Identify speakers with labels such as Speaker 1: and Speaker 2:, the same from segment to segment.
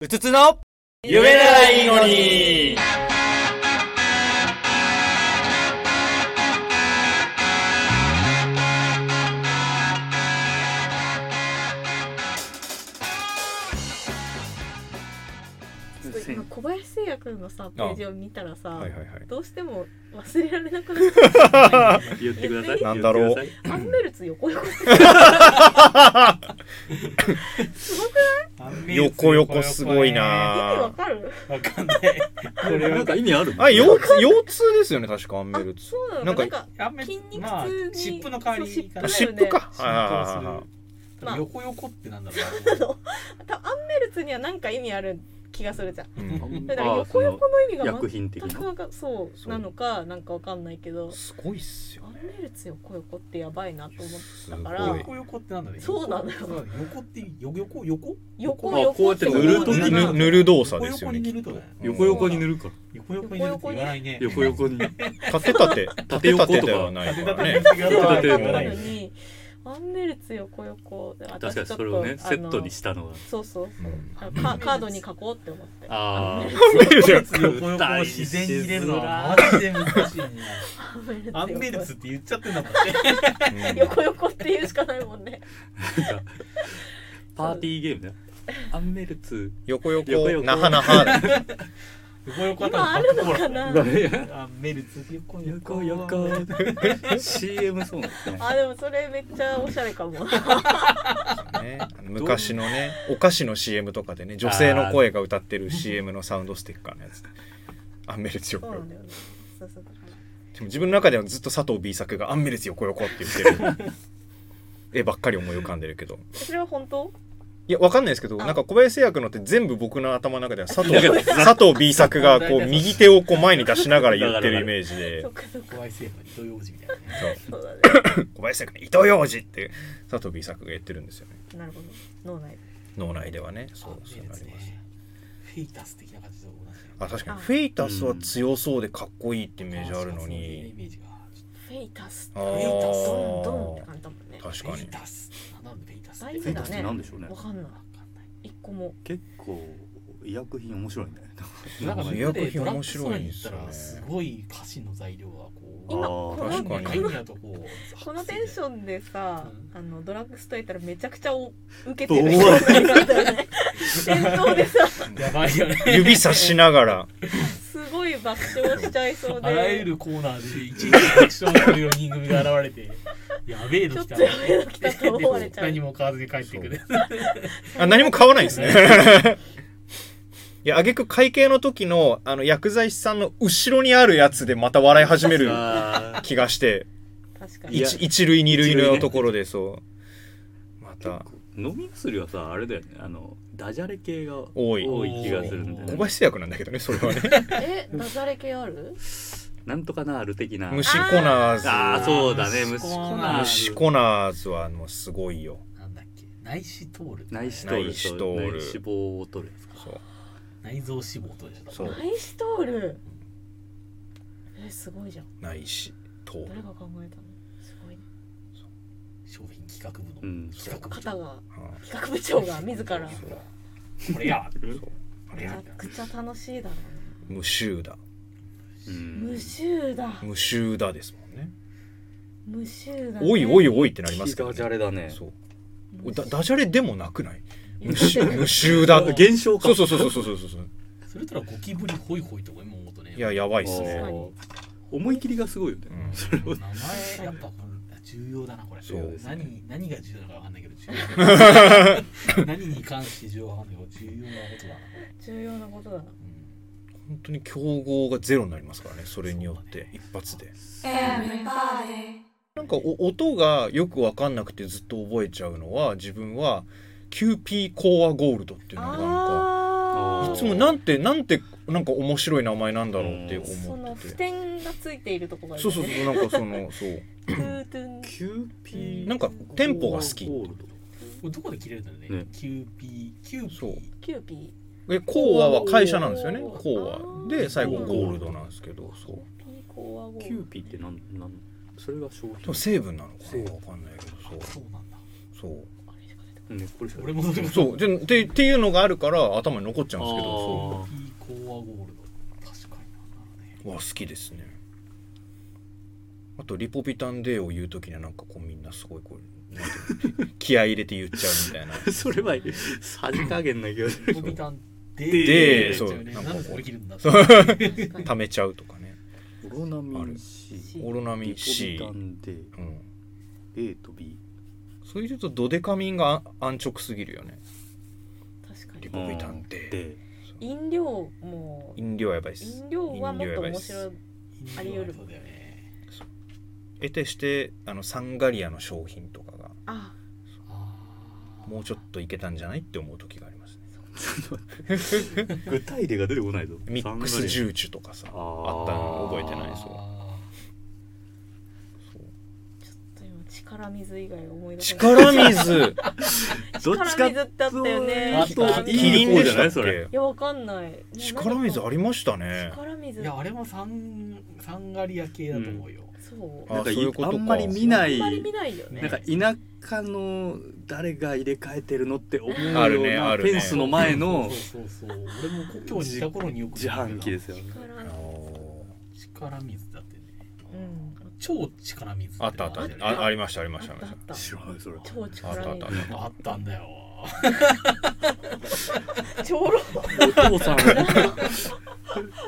Speaker 1: うつつの
Speaker 2: 夢ならいいのに
Speaker 3: ちょっと今小林製薬のさページを見たらさ、
Speaker 1: はいはいはい。
Speaker 3: どうしても忘れられなくなっちゃう
Speaker 2: 言ってください。
Speaker 1: なんだろう
Speaker 2: 言ってく
Speaker 3: アンメルツ横横すごく
Speaker 1: 横横すごい
Speaker 3: 意味わ
Speaker 1: な
Speaker 3: かる
Speaker 4: わかんない。こ
Speaker 2: ださい。なんか意味あるの
Speaker 1: あ、腰痛、腰痛ですよね、確か、アン
Speaker 3: あ
Speaker 1: メルツ。
Speaker 3: そうなの
Speaker 1: なんか
Speaker 3: かなんか
Speaker 4: あんまり
Speaker 3: 筋肉痛に
Speaker 4: まあ、尻尾の代わりに
Speaker 3: そ
Speaker 4: か
Speaker 3: う
Speaker 1: あ
Speaker 4: な。
Speaker 3: 尻
Speaker 1: 湿
Speaker 4: 浸
Speaker 3: よね
Speaker 1: 布か。
Speaker 4: 透す
Speaker 1: はいはいはいは
Speaker 4: る
Speaker 1: い。
Speaker 3: まあ
Speaker 4: 横横ってなんだろうな。
Speaker 3: 多分アンメルツにはなんか意味ある気がするじゃん
Speaker 1: うん
Speaker 3: だから
Speaker 2: ああ
Speaker 3: 横横の意味
Speaker 2: そ
Speaker 3: が
Speaker 2: の薬品的
Speaker 3: 全く
Speaker 2: な。
Speaker 3: なんかそ
Speaker 1: そう
Speaker 3: うなのかなんかわかんないけど
Speaker 1: すごいっすよ
Speaker 3: ア。ンメルツ横横ってやばいなと思って
Speaker 1: す
Speaker 3: だ
Speaker 1: ごい
Speaker 3: か。ら
Speaker 4: 横横ってなんだろう。
Speaker 3: そうなのよ
Speaker 4: 横って横横横
Speaker 3: 横
Speaker 2: あこうやって塗るときに
Speaker 3: な
Speaker 1: 塗る動作ですよ
Speaker 4: 横
Speaker 1: ね
Speaker 4: に。塗るとね。
Speaker 2: 横横に塗るから。
Speaker 4: 横横に塗るって言わないね。
Speaker 2: 横横に。
Speaker 1: 縦縦。
Speaker 2: 縦横とか
Speaker 1: 縦ではない
Speaker 4: 縦
Speaker 1: から
Speaker 4: だと
Speaker 1: ね。
Speaker 3: っては分かん
Speaker 2: 言わ
Speaker 3: な
Speaker 2: ない
Speaker 3: の
Speaker 2: よ
Speaker 3: にアンメルツ横横で私
Speaker 2: 確
Speaker 3: ち
Speaker 2: かに
Speaker 3: ょっ
Speaker 2: そ
Speaker 3: と
Speaker 2: れをね、
Speaker 3: あの
Speaker 2: セットにしたのが。
Speaker 3: そうそうそう
Speaker 1: うん
Speaker 3: だからカカードに書こうって思って
Speaker 2: あ
Speaker 4: 横横を自然に入れるのはマジで難し いね。アンベルツって言っちゃってんだもんね。
Speaker 3: 横横っていうしかないもんね
Speaker 2: あ。パーティーゲームだよ。アンメルツ。
Speaker 1: 横
Speaker 2: 横
Speaker 1: 横、
Speaker 2: 横
Speaker 1: なはなは。
Speaker 4: 横横は多分
Speaker 3: 今あるのかな
Speaker 4: アンベルツ横
Speaker 2: 横
Speaker 4: 横
Speaker 2: 横。CM そうなんです ね。
Speaker 3: あでもそれめっちゃおしゃれかも
Speaker 1: ね昔のね、お菓子の CM とかでね、女性の声が歌ってる CM のサウンドステッカーのやつ。アンメルツ
Speaker 3: そ
Speaker 1: 横
Speaker 3: うな
Speaker 1: 横。
Speaker 3: ん
Speaker 1: で
Speaker 3: だよねそうそうだから
Speaker 1: も自分の中ではずっと佐藤 B 作がアンメルツ横横って言ってる。絵ばっかり思い浮かんでるけど。
Speaker 3: それは本当
Speaker 1: いや、わかんないですけど、
Speaker 3: あ
Speaker 1: なんか小林製薬のって全部僕の頭の中では佐藤
Speaker 2: なんか、
Speaker 1: 佐藤 B 作がこう右手をこう前に出しながら言ってるイメージで
Speaker 3: そっ、かそっか
Speaker 4: 怖い成分糸用紙みたいなね。
Speaker 3: そうだね
Speaker 1: そう小林製薬の糸ようじって佐藤 B 作が言ってるんですよね。
Speaker 3: なるほど脳内
Speaker 1: 脳内ではね、そう、そう
Speaker 4: いいで
Speaker 1: な
Speaker 4: す
Speaker 1: り
Speaker 4: ね
Speaker 1: ます。
Speaker 4: フェイタス的な感じと同じ。
Speaker 1: あ、確かにフェイタスは強そうでかっこいいってイメージあるの
Speaker 4: イ
Speaker 1: に、
Speaker 4: メージが
Speaker 3: フェイタス
Speaker 1: あ
Speaker 3: ド
Speaker 1: ー
Speaker 3: ンドンドンって感じだもんね
Speaker 1: 確
Speaker 4: フ
Speaker 1: か
Speaker 4: ェイ
Speaker 1: に。
Speaker 4: タスなんでフェイタス
Speaker 3: 大
Speaker 2: フェ
Speaker 3: 事
Speaker 2: イタ
Speaker 3: だ
Speaker 2: スっ
Speaker 3: ね
Speaker 2: てなんでしょうね
Speaker 3: わ。かんない一個も
Speaker 2: 結構、医薬品面白いんだよね。
Speaker 4: なんか
Speaker 1: 医薬品面白いんですよね
Speaker 4: ドラッグストアに行ったらすごい家臣の材料がこう
Speaker 3: 今
Speaker 2: あ
Speaker 3: こ
Speaker 2: ー
Speaker 1: 確
Speaker 3: の
Speaker 1: かに
Speaker 3: この
Speaker 4: とこう
Speaker 3: このテンションでさ、あのドラッグストア行ったらめちゃくちゃお受けて
Speaker 2: どう
Speaker 3: る人いるんだ よね。店頭でさ、
Speaker 4: やばいよね
Speaker 1: 指さしながら、
Speaker 3: すごい爆笑しちゃいそう
Speaker 4: あらゆ
Speaker 3: で、
Speaker 4: るコーナーで一日爆笑する4人組が現れてやべえ
Speaker 3: ちょ
Speaker 4: の
Speaker 3: っ
Speaker 4: 来た
Speaker 3: とやめの来たと
Speaker 4: で
Speaker 3: 思われちゃう
Speaker 4: 何。も買わずに帰ってくる
Speaker 1: あ、何も買わないんです ね。いや、挙句会計の時の、あの、薬剤師さんの後ろにあるやつでまた笑い始める
Speaker 2: あ
Speaker 1: 気がして、
Speaker 3: 確か
Speaker 2: い
Speaker 3: に。
Speaker 2: や
Speaker 1: 一一塁二塁の
Speaker 2: 一塁ね
Speaker 1: ところでそうま
Speaker 2: ー
Speaker 1: た
Speaker 2: 飲み薬はさ、あれだよね。あの、ダジャレ系が
Speaker 1: 多い
Speaker 2: 多い気がするんだよ
Speaker 1: 小
Speaker 2: ね。
Speaker 1: 林製薬なんだけどねそれはね
Speaker 3: え、ダジャレ系ある？
Speaker 2: なんとか なある的な。
Speaker 1: 虫コナーズ
Speaker 2: ああ、そうだね。
Speaker 4: 虫
Speaker 2: 虫
Speaker 4: コ
Speaker 2: コ
Speaker 4: ナ
Speaker 2: ナ
Speaker 4: ー
Speaker 2: ーズ。
Speaker 4: ズ
Speaker 1: 虫コナーズはもうすごいよ
Speaker 4: なんだっけ内視通る
Speaker 2: 内視通る。
Speaker 1: 内視通る
Speaker 2: 内脂肪を取るやつか。
Speaker 1: そう
Speaker 4: 内臓脂肪取るでし
Speaker 1: そ
Speaker 4: ょ
Speaker 1: う
Speaker 3: ナイストール。え、すごいじゃん。
Speaker 1: ないしと
Speaker 3: 誰が考えたの？すごい、ね。
Speaker 4: 商品企画部
Speaker 2: う
Speaker 4: の
Speaker 2: ん。
Speaker 4: 企画部
Speaker 3: 方
Speaker 4: 長
Speaker 3: が
Speaker 1: はあ
Speaker 3: 企画部長 が自ら。め
Speaker 4: これや
Speaker 1: そうあれ
Speaker 3: ちゃくちゃ楽しいだろ
Speaker 1: 無臭だ
Speaker 2: う
Speaker 3: う。
Speaker 2: ん
Speaker 3: 無臭だ。
Speaker 1: 無臭だですもんね
Speaker 3: 無臭だ、ね。
Speaker 1: おいおい
Speaker 3: い。
Speaker 1: おいってなりますけど、
Speaker 2: 聞いたダジャレだね
Speaker 1: そうだダジャレでもなく ない
Speaker 3: 言
Speaker 1: 無
Speaker 3: って
Speaker 1: 臭
Speaker 3: る
Speaker 1: 無臭だ
Speaker 3: あ
Speaker 2: 現象か
Speaker 1: そうそうそうそうそうそうそう
Speaker 4: それとらゴキブリホイホイとか今思うとね
Speaker 1: いややばいっすね
Speaker 2: おー思い切りがすごいよね、
Speaker 1: うん
Speaker 2: それ
Speaker 4: 名
Speaker 2: を
Speaker 4: 前やっぱこれ重要だなこれ
Speaker 1: そうです
Speaker 2: ね
Speaker 4: 何何が重要なのかわかんないけど重要何に関して重要かわかんないけど重要なことだな、
Speaker 3: 重要なことだな。
Speaker 4: うん
Speaker 1: 本当に競合がゼロになりますからねそれによって一発でなんかお音がよく分かんなくてずっと覚えちゃうのは自分はキューピーコアゴールドっていうのがなんか
Speaker 3: あ
Speaker 2: ー
Speaker 1: いつもなんてなんてなんか面白い名前なんだろうって
Speaker 3: そ
Speaker 1: 思
Speaker 3: の
Speaker 1: って
Speaker 3: 付
Speaker 1: て
Speaker 3: 点がついているとこがいい、ね、
Speaker 1: そうそうそうなんかそのそう
Speaker 3: トゥートゥン
Speaker 2: キューピー
Speaker 1: なんかテンポが好き
Speaker 2: ゴールド
Speaker 4: これどこで切れるんだろうね
Speaker 2: ね
Speaker 4: キューピーキューピー
Speaker 1: そう
Speaker 3: キューピ
Speaker 1: えコアは会社なんですよねコア
Speaker 3: あ
Speaker 1: で
Speaker 3: ー
Speaker 1: 最後ゴールドなんですけどそう
Speaker 3: ー。ピーコアゴー
Speaker 2: キューピーってなんなんそれが商
Speaker 1: でも
Speaker 2: 品
Speaker 1: 成分なのか
Speaker 2: そう
Speaker 1: な分かんないけど
Speaker 4: あそうなんだ
Speaker 1: そうそう
Speaker 3: あれしか出てこ
Speaker 2: うん、これそれ
Speaker 4: 俺もそれも
Speaker 1: そうででっていうのがあるから頭に残っちゃうんですけ
Speaker 2: あ
Speaker 1: ど
Speaker 2: ー
Speaker 4: そうピーコーアゴールド確かになね
Speaker 1: そうわ好きですねあと「リポビタンデー」を言う時にはなんかこうみんなすごいこうなんていうの気合い入れて言っちゃうみたいな
Speaker 2: それはさじ加減な気がする
Speaker 4: ボビタンで
Speaker 1: で
Speaker 4: そう
Speaker 1: そう
Speaker 4: なんでこれ切るんだ
Speaker 1: そう
Speaker 3: 確かに
Speaker 1: 溜めちゃうとかね
Speaker 2: オロナミン
Speaker 3: あ
Speaker 2: C
Speaker 1: オロナミ
Speaker 2: リ
Speaker 1: ン
Speaker 2: ポ
Speaker 1: C
Speaker 2: ビタン D
Speaker 1: うん、
Speaker 2: A と B
Speaker 1: そういうとドデカミンがあ安直すぎるよね
Speaker 3: 確
Speaker 1: リ
Speaker 3: か
Speaker 1: ポビタンデー
Speaker 2: D
Speaker 3: に飲料も
Speaker 1: 飲料はやばいです
Speaker 3: 飲料はもっと面
Speaker 1: 飲料
Speaker 3: 白
Speaker 1: や
Speaker 3: い
Speaker 1: ば
Speaker 3: あり得る
Speaker 4: そうだよね
Speaker 1: 得てしてあのサンガリアの商品とかが
Speaker 3: あ
Speaker 1: もうちょっといけたんじゃないって思う時がありますね
Speaker 2: 具体例が出てこないぞ
Speaker 1: ミックスジューチュとかさ
Speaker 2: あー
Speaker 1: あったの覚えてないそう
Speaker 4: う
Speaker 1: そう
Speaker 3: ちょっと今力水以外思い出せない
Speaker 1: 力水
Speaker 2: どっち
Speaker 3: 力
Speaker 2: か
Speaker 3: 水ってあったよ
Speaker 4: あ
Speaker 3: ね
Speaker 4: っ
Speaker 1: キ
Speaker 4: たあった
Speaker 1: キキリンでしたっ
Speaker 2: それ
Speaker 1: け
Speaker 3: いやわかんない
Speaker 1: 力水ありましたね
Speaker 3: 力水
Speaker 4: いやあれもサンサンガリア系だと思うよ、
Speaker 3: そう
Speaker 1: あ
Speaker 2: なんかい
Speaker 1: そういうこと
Speaker 2: あ
Speaker 1: か
Speaker 2: んまり見な
Speaker 3: あ
Speaker 2: い
Speaker 3: んまり
Speaker 2: な
Speaker 3: 見ないよね
Speaker 2: んか田舎の誰が入れ替えてるのって思うような
Speaker 1: あるねあるね
Speaker 2: フェンスの前の
Speaker 4: そうそうそうそう俺も故郷にいた頃によく
Speaker 2: 自販機ですよね
Speaker 1: あ
Speaker 3: 力
Speaker 1: の
Speaker 4: 力水だってね
Speaker 3: うん
Speaker 4: 超力水て
Speaker 1: ーあったあったあったあありましたありましたありま
Speaker 3: あっ
Speaker 1: した
Speaker 3: あっ
Speaker 2: 知ら ないそれ
Speaker 3: た超
Speaker 1: たあったあ
Speaker 3: 力
Speaker 1: ったあっ
Speaker 3: 水
Speaker 4: あったんだよ
Speaker 3: 超ロ
Speaker 2: お父 さん
Speaker 1: た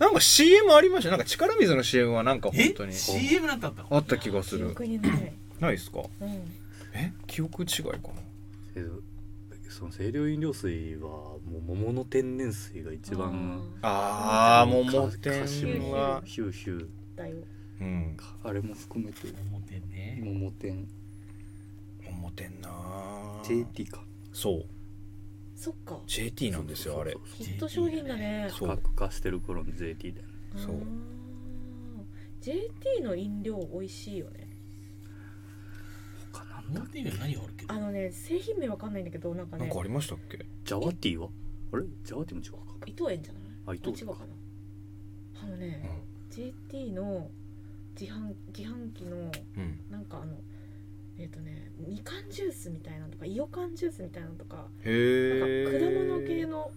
Speaker 1: なんか CM ありましたなんか力水の CM はなんか本
Speaker 4: え
Speaker 1: 当に
Speaker 4: CM なんてあったの
Speaker 1: あった気がす
Speaker 3: 記
Speaker 1: る
Speaker 3: 憶にない
Speaker 1: ないですか
Speaker 3: うん
Speaker 1: え記憶違いかな
Speaker 2: その清涼飲料水はもう桃の天然水が一番
Speaker 3: あ
Speaker 1: あー桃
Speaker 2: 菓子
Speaker 1: 天
Speaker 2: も
Speaker 1: は
Speaker 2: ヒューヒュー
Speaker 3: ーだよ
Speaker 1: うん
Speaker 2: あれも含めて
Speaker 4: 表ね
Speaker 2: 桃天
Speaker 1: 桃天なあ
Speaker 2: JT か
Speaker 1: そう
Speaker 3: そっか
Speaker 1: JT なんですよあれ
Speaker 3: ヒット商品だね
Speaker 1: そう
Speaker 2: 価格化してる頃の JT だよね
Speaker 1: そう
Speaker 3: あー JT の飲料美味しいよね
Speaker 2: 他なんだ
Speaker 4: 表以外何があるっけど
Speaker 3: あのね製品名わかんないんだけどなんか
Speaker 1: なん
Speaker 3: ね
Speaker 1: かありましたっけ
Speaker 2: ジャワティーはあれジャワティーも違うか
Speaker 3: 伊藤園じゃない
Speaker 2: あ伊藤
Speaker 3: 違うかなあのね、JT の自販自販機の
Speaker 1: うん
Speaker 3: なんかあのえっ、とねみかんジュースみたいなのとかいよかんジュースみたいなのとか
Speaker 1: へ
Speaker 3: なんか
Speaker 1: え
Speaker 3: 果物系の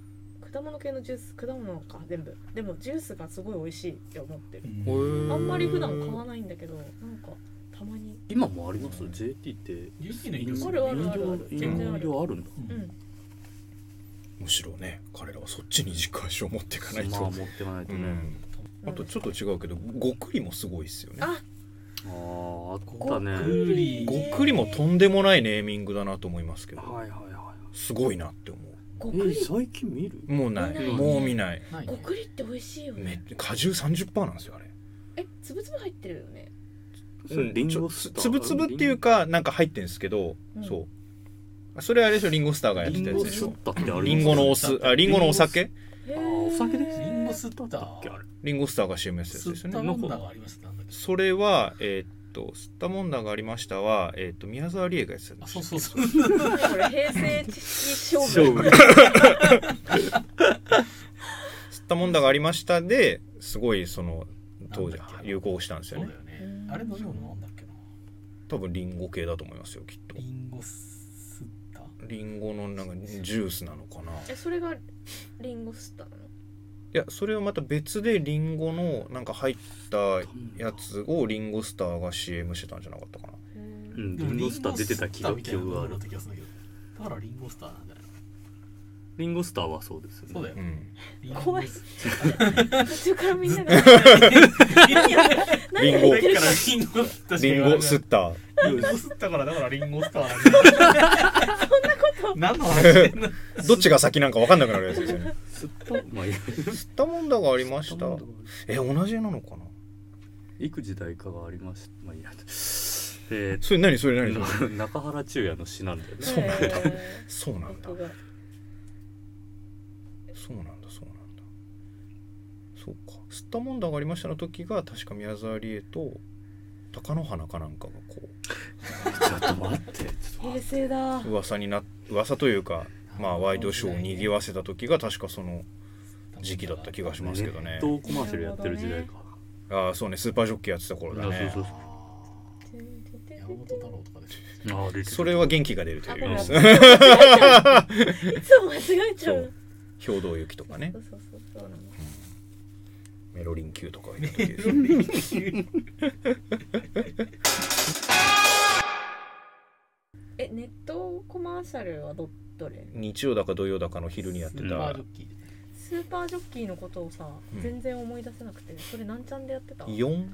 Speaker 3: 果物系のジュース果物か全部でもジュースがすごい美味しいって思ってる
Speaker 1: うん
Speaker 3: あんまり普段買わないんだけどなんかたまに
Speaker 2: 今もあります JT って
Speaker 4: 雪の
Speaker 2: 飲
Speaker 4: 色
Speaker 2: 料
Speaker 3: あるあるある
Speaker 2: 飲料飲料あるんだ
Speaker 3: うん
Speaker 1: むしろね彼らはそっちに軸足を持っていかない
Speaker 2: まあ
Speaker 1: と、
Speaker 2: 持ってかないと
Speaker 1: う
Speaker 2: ね
Speaker 1: ん、あとちょっと違うけどごくりもすごいっすよね
Speaker 3: あ
Speaker 2: あああった
Speaker 4: ご
Speaker 2: ね
Speaker 4: くり
Speaker 1: ごくりもとんでもないネーミングだなと思いますけど
Speaker 2: はいはいは
Speaker 1: すごいなって思
Speaker 3: ご
Speaker 2: い
Speaker 3: く
Speaker 2: え
Speaker 3: り
Speaker 2: 最近見る
Speaker 1: うもうない
Speaker 3: 見ないね
Speaker 1: もう見ない
Speaker 4: ない
Speaker 3: ごくりって美味しいよ
Speaker 1: めっ
Speaker 3: ね
Speaker 1: 果汁30%なんですよあれ
Speaker 3: えつぶつぶ入ってるよね
Speaker 2: それリン
Speaker 1: ち
Speaker 2: ゴ
Speaker 1: ょ
Speaker 2: スター
Speaker 1: つぶつぶっていうかなんか入ってんですけど、
Speaker 3: うん
Speaker 1: そうそれあれでしょリンゴスターがやって
Speaker 2: リ
Speaker 1: た
Speaker 2: ン
Speaker 1: やつ
Speaker 2: ゴ
Speaker 1: でし
Speaker 2: ス
Speaker 1: ょ
Speaker 2: ターってあ
Speaker 1: リ
Speaker 2: り
Speaker 1: ン
Speaker 2: ま
Speaker 1: ゴ
Speaker 2: す
Speaker 1: のお酢あリンゴのお酒
Speaker 3: へー
Speaker 2: あーお酒です
Speaker 4: リンゴスタ
Speaker 2: だっけあれ
Speaker 1: リンゴスターが CM やってたやつです
Speaker 4: 吸
Speaker 1: よ
Speaker 4: っ
Speaker 1: ね
Speaker 4: たもんだがありましたなんだっけ
Speaker 1: それはえーっと「吸ったもんだがありましたは」えーっと宮沢りえがやってたん
Speaker 4: あ
Speaker 1: です
Speaker 4: そ
Speaker 1: よ
Speaker 4: うそうそう
Speaker 3: これ平成知識勝負
Speaker 2: 勝負
Speaker 1: 吸ったもんだがありましたですごいその当時
Speaker 4: なんだっけ
Speaker 1: 流行したんです
Speaker 4: そう
Speaker 1: よ
Speaker 4: だ
Speaker 1: ね
Speaker 4: よ
Speaker 3: う
Speaker 4: ね
Speaker 3: ん
Speaker 4: あれ飲み物なんだっけな
Speaker 1: 多分リンゴ系だと思いますよきっと
Speaker 4: リンゴスタ
Speaker 1: リンゴのなんかジュースなのかない
Speaker 3: えそれがリンゴスターなの
Speaker 1: やそれはまた別でリンゴのなんか入ったやつをリンゴスターが CM してたんじゃなかったかな
Speaker 3: へー
Speaker 2: うんリンゴスター出てた気が
Speaker 4: みた
Speaker 2: 記
Speaker 4: いなの
Speaker 2: 憶があ
Speaker 4: だ
Speaker 2: る
Speaker 4: った気がするんだけどだからリンゴスターなんじゃないの
Speaker 2: リンゴスターはそうですよね
Speaker 4: そうだよ
Speaker 1: うん
Speaker 4: リンゴ
Speaker 3: 怖い
Speaker 4: ス
Speaker 3: 途中からみんなが何
Speaker 1: リン
Speaker 3: が
Speaker 1: ゴ
Speaker 3: 言ってる
Speaker 4: だ
Speaker 3: か
Speaker 4: からリンゴスター
Speaker 1: リンゴ吸
Speaker 4: ス
Speaker 1: った
Speaker 4: リンゴ吸ったからだからリンゴスターそんなこと何の話してんの
Speaker 1: どっちが先なんか分かんなくなるやつですよね
Speaker 2: 吸ったまあいい
Speaker 1: 吸ったもんだがありましたえ同じなのかな
Speaker 2: 幾時代かがありましたまあいいやえ
Speaker 1: それ何それ何それ
Speaker 2: ー、中原中也の詩なんだよね
Speaker 1: そうなんだ
Speaker 3: へ
Speaker 1: そう
Speaker 3: ー
Speaker 1: なんだ
Speaker 3: 僕が
Speaker 1: そうなんだそうなんだそうか「吸ったもんだがありました」の時が確か宮沢りえと貴乃花かなんかがこ
Speaker 2: ちょっと待ってちょっと待
Speaker 3: 平
Speaker 2: って
Speaker 3: 成だ
Speaker 1: う噂にな噂というかまあワイドショーを賑わせた時が確かその時期だった気がしますけどね
Speaker 2: ネットコマーシャルやってる時代か、
Speaker 1: ああそうねスーパージョッキーやってた頃だね
Speaker 2: そうそう
Speaker 4: あ
Speaker 3: てんてんてんてん
Speaker 5: 山本太郎とかでし
Speaker 2: ああ出て
Speaker 1: それは元気が出るという意味ですね。
Speaker 3: いつも間違えちゃ
Speaker 1: そう
Speaker 3: う。
Speaker 1: 兵道行きとかね
Speaker 3: そうそうそうそうなの。
Speaker 1: メロリン級とかがいた時です
Speaker 3: えネットコマーシャルはどどれ？
Speaker 1: 日曜だか土曜だかの昼にやって
Speaker 5: ょパー
Speaker 1: た
Speaker 5: ジョッキー
Speaker 3: スーパージョッキーのことをさ、
Speaker 1: うん
Speaker 3: 全然思い出せなくて、それなんちゃんでやってた？
Speaker 1: 4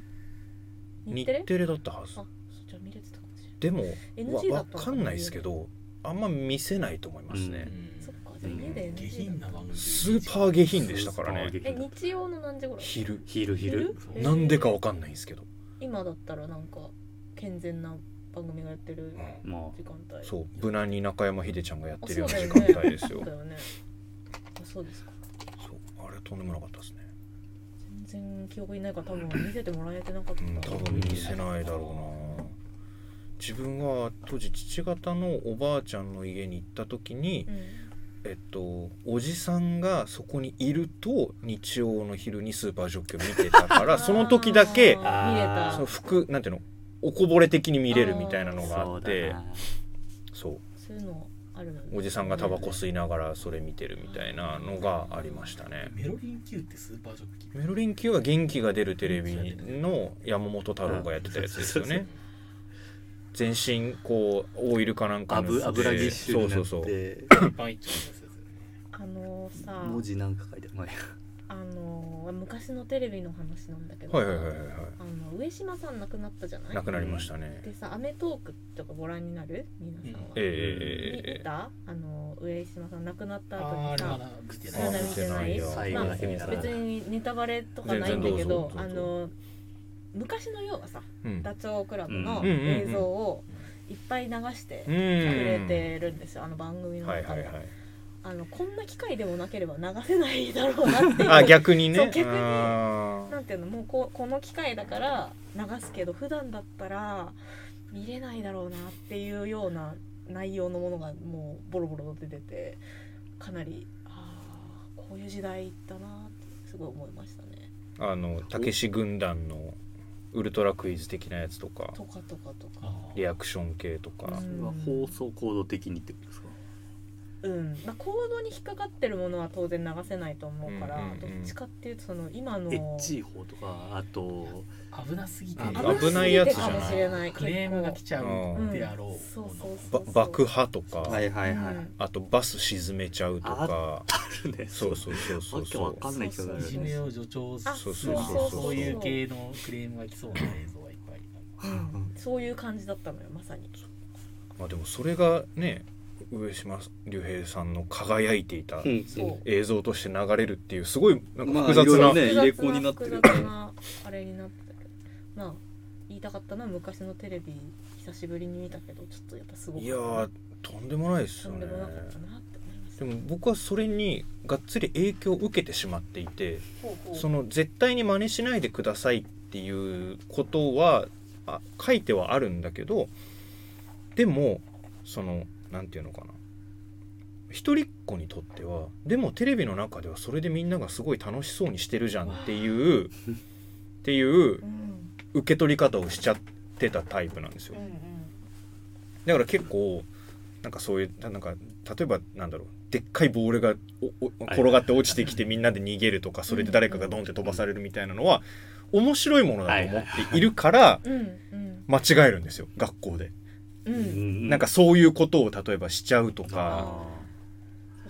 Speaker 3: 日
Speaker 1: 日
Speaker 3: テレ？
Speaker 1: テレだったはず
Speaker 3: あ、じゃあ見れてたかもしれない。
Speaker 1: でも
Speaker 3: NG
Speaker 1: わ
Speaker 3: だ
Speaker 1: わ
Speaker 3: ったの
Speaker 1: かんないですけどあんま見せないと思いますね、
Speaker 3: そっか、じゃあ家で NG だった
Speaker 5: 下品な番組
Speaker 1: スーパー下品でしたからね
Speaker 3: え日曜の何時頃？
Speaker 1: 昼
Speaker 2: 昼昼
Speaker 5: そう
Speaker 3: えー
Speaker 1: なんでかわかんないんですけど、
Speaker 3: 今だったらなんか健全な番組がやってる
Speaker 1: うん
Speaker 2: まあ
Speaker 3: 時間帯。
Speaker 1: そう無難に中山秀ちゃんがやってるような時間
Speaker 3: あそうだよね
Speaker 1: 帯 ですよ
Speaker 3: そうだよね。あそうですか。
Speaker 1: そうあれとんでもなかったですね、
Speaker 3: 全然記憶にないから多分見せてもらえてなかっ
Speaker 1: うん、
Speaker 3: た。
Speaker 1: 多分見せないだろうな自分は当時父方のおばあちゃんの家に行った時に、
Speaker 3: うん
Speaker 1: えっと、おじさんがそこにいると日曜の昼にスーパージョッキを見てたか らその時だけ
Speaker 3: あー見れた
Speaker 1: その服なんていうのおこぼれ的に見れるみたいなのがあってそう
Speaker 3: そういうのあるのね
Speaker 1: おじさんがタバコ吸いながらそれ見てるみたいなのがありましたね
Speaker 5: メロリン級ってスーパージョッキー
Speaker 1: メロリン Q は元気が出るテレビの山本太郎がやってたやつですよね全身こうオイルかなんか塗って
Speaker 2: 油油ぎっしゅ
Speaker 1: そ
Speaker 2: に
Speaker 1: う
Speaker 2: な
Speaker 1: そ
Speaker 2: っ
Speaker 1: うそう
Speaker 2: て
Speaker 5: 一般一致のやつですよね
Speaker 3: あのさ
Speaker 2: 文字なんか書いてあるまあ
Speaker 3: あの昔のテレビの話なんだけどさ
Speaker 1: はいはいはいはいは
Speaker 3: あの上島さん亡くなったじゃない
Speaker 1: いなくなりましたね
Speaker 3: でさ『アメトーーク』とかご覧になる皆さんは、
Speaker 1: ええええ
Speaker 3: 見
Speaker 1: ええ
Speaker 3: たあの上島さん亡くなった
Speaker 5: あ
Speaker 3: 後
Speaker 5: ーあ
Speaker 3: にさ
Speaker 5: れは見て
Speaker 3: ま
Speaker 5: ない
Speaker 1: あ見て
Speaker 3: だ見てない
Speaker 1: ない
Speaker 2: 最後だけ見た
Speaker 1: な
Speaker 2: ら
Speaker 3: 別にネタバレとかないんだけ
Speaker 1: 全然どう
Speaker 3: ど
Speaker 1: ぞ
Speaker 3: あの昔の要はさ
Speaker 1: うん
Speaker 3: ダチョウ倶楽部の
Speaker 2: うん
Speaker 1: うんうんうん
Speaker 3: 映像をいっぱい流して
Speaker 1: う
Speaker 3: くれ
Speaker 1: ん
Speaker 3: てるんですよあの番組の
Speaker 1: はい
Speaker 3: 中
Speaker 1: はい
Speaker 3: で
Speaker 1: はい
Speaker 3: あのこんな機会でもなければ流せないだろうなっていう
Speaker 1: あ逆にね
Speaker 3: そう逆に
Speaker 1: あー
Speaker 3: なんていうのもうこうこの機会だから流すけど普段だったら見れないだろうなっていうような内容のものがもうボロボロと出ててかなりああこういう時代だなってすごい思いましたね。
Speaker 1: あのたけし軍団のウルトラクイズ的なやつとか
Speaker 3: とかとかとか。
Speaker 5: あー
Speaker 1: リアクション系とか
Speaker 3: う
Speaker 2: そ
Speaker 3: ん
Speaker 2: れは放送行動的にってことですか
Speaker 3: うんまあ、行動に引っかかってるものは当然流せないと思うから、
Speaker 1: うんうんうん
Speaker 3: どっちかっていうとその今の
Speaker 2: エッチい方とかあと
Speaker 5: 危なすぎて
Speaker 1: あ危ないやつじゃない
Speaker 3: 危すぎてかもしれない
Speaker 5: クレームが来ちゃうってやろう
Speaker 3: そう
Speaker 5: も
Speaker 3: そう
Speaker 5: の
Speaker 1: ば
Speaker 3: そうそう
Speaker 1: 爆破とか、
Speaker 2: いはい
Speaker 3: うん
Speaker 1: あとバス沈めちゃうとか
Speaker 2: ね
Speaker 1: そうそうそうそう
Speaker 2: わ
Speaker 1: そ
Speaker 2: けわかんないけど
Speaker 5: いじめを助長する
Speaker 1: そう
Speaker 3: そう
Speaker 1: そうそう
Speaker 5: そういう系のクレームが来そうな映像はいっぱいあ
Speaker 3: うんそういう感じだったのよまさに
Speaker 1: うまあでもそれがね上島竜兵さんの輝いていた
Speaker 2: うん
Speaker 3: そう
Speaker 1: 映像として流れるっていうすごいなんか
Speaker 2: まあ
Speaker 1: 複雑
Speaker 2: いろい
Speaker 1: な、
Speaker 2: ろね入れ
Speaker 3: 複
Speaker 2: 子
Speaker 3: 雑
Speaker 2: になってる
Speaker 3: 複雑なあれになってたけどまあ言いたかったのは昔のテレビ久しぶりに見たけどちょっとやっぱすごく
Speaker 1: いやーとんでもないです
Speaker 3: と
Speaker 1: よ
Speaker 3: んで
Speaker 1: ね
Speaker 3: もなかったなって思いました
Speaker 1: でも僕はそれにがっつり影響を受けてしまっていて
Speaker 3: ほうほう
Speaker 1: その絶対に真似しないでくださいっていうことはあ書いてはあるんだけどでもそのなんていうのかな一人っ子にとってはでもテレビの中ではそれでみんながすごい楽しそうにしてるじゃんって いうっていう
Speaker 3: うん
Speaker 1: 受け取り方をしちゃってたタイプなんですよ
Speaker 3: うん。
Speaker 1: だから結構なんかそういうなんか例えばなんだろうでっかいボールがおお転がって落ちてきてみんなで逃げるとかそれで誰かがドンって飛ばされるみたいなのは面白いものだと思っているから
Speaker 3: うんうん
Speaker 1: 間違えるんですよ学校で。
Speaker 3: うんうん
Speaker 1: なんかそういうことを例えばしちゃうとか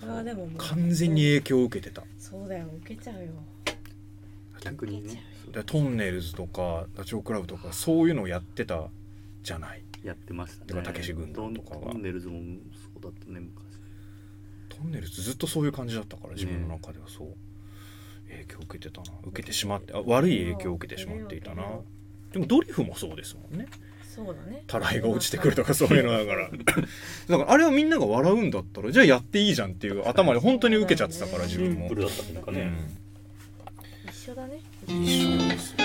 Speaker 3: あそれはでももう
Speaker 1: 完全に影響を受けてた。
Speaker 3: そうだよ受けちゃうよ
Speaker 2: 逆にね
Speaker 1: でトンネルズとかダチョウ倶楽部とかそういうのをやってたじゃない。
Speaker 2: やってました
Speaker 1: とか
Speaker 2: ね
Speaker 1: たけし軍団とかは
Speaker 2: トンネルズもそうだったね昔
Speaker 1: トンネルズずっとそういう感じだったから自分の中ではそう。影響を受けてたな受けてしまってあ悪い影響を受けてしまっていたなでもドリフもそうですもんね
Speaker 3: そうだね
Speaker 1: たらいが落ちてくるとかそういうのだからだからあれはみんなが笑うんだったらじゃあやっていいじゃんっていう頭で本当に受けちゃってたから自分も、
Speaker 2: ルだったとか
Speaker 1: うん
Speaker 3: 一緒だね
Speaker 1: 一緒ですよ